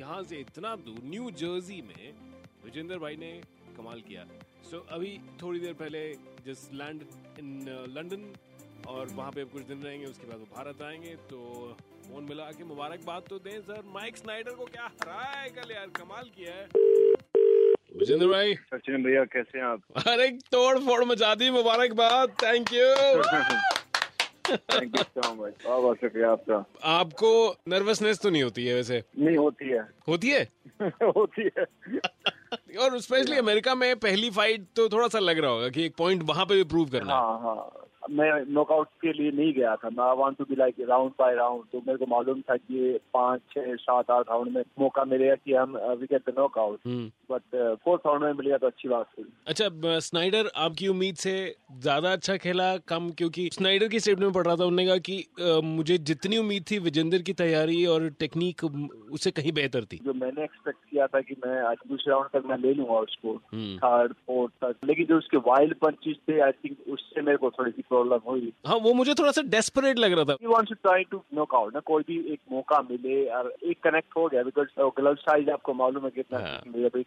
यहाँ से इतना दूर न्यू जर्सी में विजेंद्र भाई ने कमाल किया सो so, अभी थोड़ी देर पहले जिस लैंड इन लंदन और वहाँ पे कुछ दिन रहेंगे उसके बाद वो भारत आएंगे तो फोन मिला के मुबारकबाद तो दें सर माइक स्नाइडर को क्या हराया है कल यार कमाल किया है विजेंद्र भाई सचिन भैया कैसे हैं आप अरे तोड़ फोड़ मचा दी मुबारकबाद thank you thank you so much बहुत बहुत शुक्रिया आपका आपको नर्वसनेस तो नहीं होती है वैसे नहीं होती है होती है होती है और स्पेशली अमेरिका में पहली फाइट तो थोड़ा सा लग रहा होगा कि एक पॉइंट वहां पे भी प्रूव करना है। हाँ हाँ मैं नॉकआउट के लिए नहीं गया था मैं want to be like round by round तो मेरे को मालूम था कि ये पाँच छह सात आठ राउंड में मौका मिलेगा कि हम uh, we get the knockout hmm. But fourth round uh, में मिलेगा तो अच्छी बात थी अच्छा ब- स्नाइडर आपकी उम्मीद से ज्यादा अच्छा खेला कम क्योंकि स्नाइडर की स्टेटमेंट पढ़ रहा था उन्होंने कहा कि "अ, मुझे जितनी उम्मीद थी विजेंद्र की तैयारी और टेक्निक म, उससे कहीं बेहतर थी जो मैंने एक्सपेक्ट किया था कि मैं आज दूसरे राउंड तक मैं ले लूंगा उसको हम्म। थर्ड फोर्थ तक लेकिन जो उसके वाइल्ड पंचेस थे आई थिंक उससे मेरे को थोड़ी सी प्रॉब्लम हुई हाँ वो मुझे थोड़ा सा डेस्परेट लग रहा था ही wants to try to knock out ना कोई भी एक मौका मिले और एक कनेक्ट हो गया बिकॉज ग्लव साइज आपको मालूम है कितना हाँ।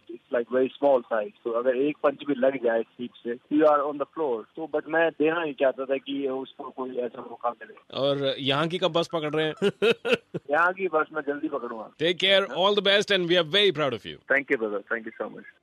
It's like very small size तो अगर एक पंच भी लग जाए ठीक से you are on the floor तो बट मैं देना नहीं चाहता था कि उसको कोई ऐसा मौका मिले और यहाँ की कब बस पकड़ रहे हैं यहाँ की बस मैं जल्दी पकड़ूंगा take care all the best and we are very proud of you thank you brother thank you so much